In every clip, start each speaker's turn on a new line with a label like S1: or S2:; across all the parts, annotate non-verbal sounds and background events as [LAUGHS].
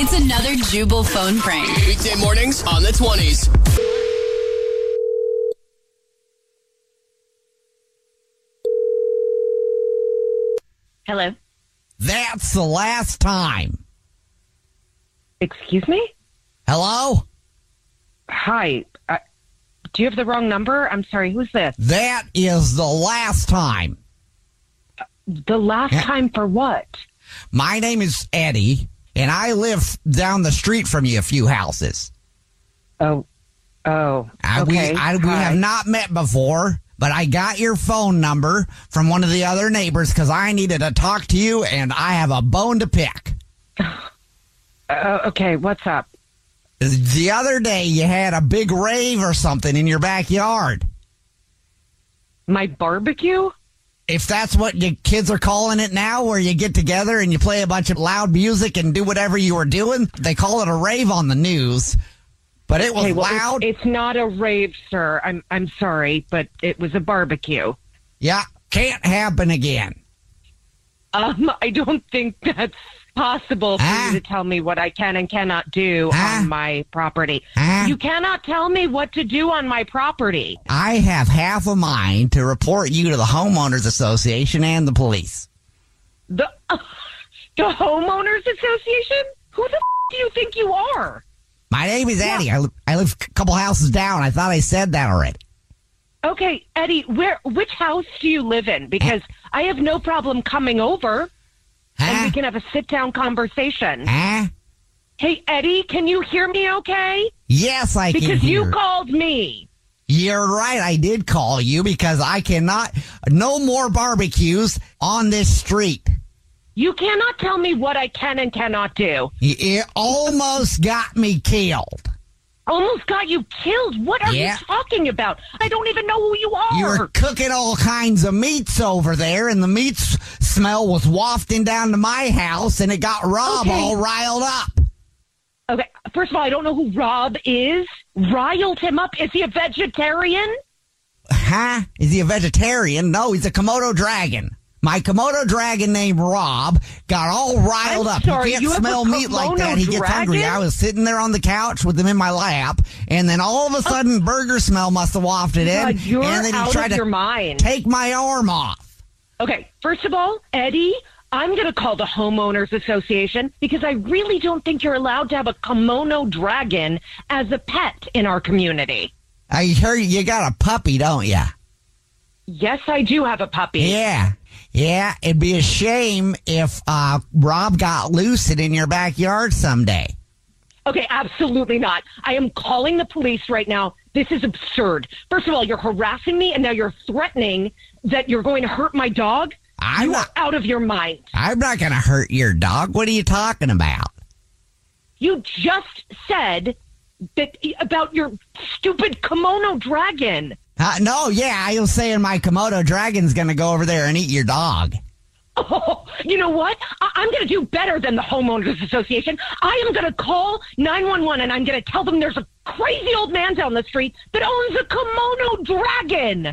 S1: It's another Jubal phone prank.
S2: Weekday mornings on the 20s.
S3: Hello.
S4: That's the last time.
S3: Excuse me?
S4: Hello?
S3: Hi. Uh, do you have the wrong number? I'm sorry. Who's this?
S4: That is the last time.
S3: The last
S4: Yeah.
S3: time for what?
S4: My name is Eddie, and I live down the street from you a few houses.
S3: Oh. Oh.
S4: I,
S3: okay.
S4: we, I, we
S3: Hi.
S4: have not met before, but I got your phone number from one of the other neighbors because I needed to talk to you, and I have a bone to pick.
S3: Uh, okay. What's up?
S4: The other day, you had a big rave or something in your backyard.
S3: My barbecue?
S4: If that's what your kids are calling it now, where you get together and you play a bunch of loud music and do whatever you were doing, they call it a rave on the news. But it was
S3: Okay, well, it's-
S4: loud.
S3: It's, not a rave, sir. I'm I'm sorry, but it was a barbecue.
S4: yeah, can't happen again.
S3: Um, [LAUGHS] I don't think that's possible for
S4: Ah.
S3: you to tell me what I can and cannot do
S4: Ah.
S3: on my property.
S4: Ah.
S3: You cannot tell me what to do on my property.
S4: I have half a mind to report you to the homeowners association and the police.
S3: The [LAUGHS] the homeowners association? Who the f- do you think you are?
S4: My name is Eddie. I, li- I live a couple houses down. I thought I said that already.
S3: Okay, Eddie, where which house do you live in? Because I have no problem coming over and
S4: Huh?
S3: we can have a sit down conversation.
S4: Huh?
S3: Hey Eddie, can you hear me okay?
S4: Yes, I can
S3: Because
S4: hear.
S3: you called me.
S4: You're right. I did call you because I cannot. No more barbecues on this street.
S3: You cannot tell me what I can and cannot do.
S4: It- It almost got me killed.
S3: Almost got you killed. What are
S4: Yeah.
S3: you talking about? I don't even know who you are.
S4: You were cooking all kinds of meats over there, and the meats smell was wafting down to my house, and it got Rob
S3: Okay.
S4: all riled up.
S3: Okay, first of all, I don't know who Rob is. Riled him up. Is he a vegetarian?
S4: Huh? Is he a vegetarian? No, he's a Komodo dragon. My Komodo dragon named Rob got all riled
S3: I'm
S4: up.
S3: sorry,
S4: he can't
S3: you have a
S4: smell meat like
S3: Komodo
S4: that. He gets hungry.
S3: dragon?
S4: I was sitting there on the couch with him in my lap, and then all of a sudden, burger smell must have wafted in.
S3: Oh. God, you're
S4: and then he
S3: out
S4: tried
S3: of
S4: to
S3: your mind.
S4: take my arm off.
S3: Okay, first of all, Eddie, I'm going to call the homeowners association because I really don't think you're allowed to have a kimono dragon as a pet in our community.
S4: I hear you, you got a puppy, don't you?
S3: Yes, I do have a puppy.
S4: Yeah. Yeah, it'd be a shame if uh, Rob got loose and in your backyard someday.
S3: Okay, absolutely not. I am calling the police right now. This is absurd. First of all, you're harassing me, and now you're threatening that you're going to hurt my dog.
S4: I'm
S3: you
S4: not-
S3: are out of your mind.
S4: I'm not going to hurt your dog. What are you talking about?
S3: You just said that about your stupid kimono dragon.
S4: Uh, no, yeah, I was saying my Komodo dragon's gonna go over there and eat your dog.
S3: Oh, you know what? I- I'm going to do better than the homeowners association. I am going to call 911 and I'm going to tell them there's a crazy old man down the street that owns a kimono dragon.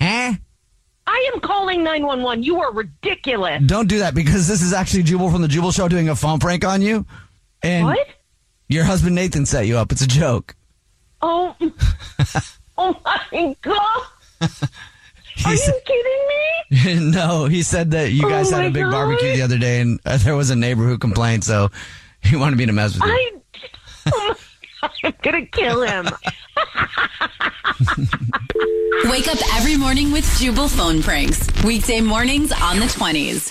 S4: Eh?
S3: I am calling 911. You are ridiculous.
S4: [LAUGHS] Don't do that because this is actually Jubal from the Jubal Show doing a phone prank on you. And
S3: What?
S4: your husband Nathan set you up. It's a joke.
S3: Oh,
S4: [LAUGHS]
S3: [LAUGHS] oh my god! Are
S4: He
S3: you
S4: said-
S3: kidding me?
S4: no, he said that you
S3: Oh
S4: guys had
S3: my
S4: a big barbecue
S3: God.
S4: the other day and uh, there was a neighbor who complained, so he wanted me to mess with you.
S3: I, [LAUGHS] oh my god! I'm gonna kill him.
S1: Wake up every morning with Jubal phone pranks. Weekday mornings on the 20s.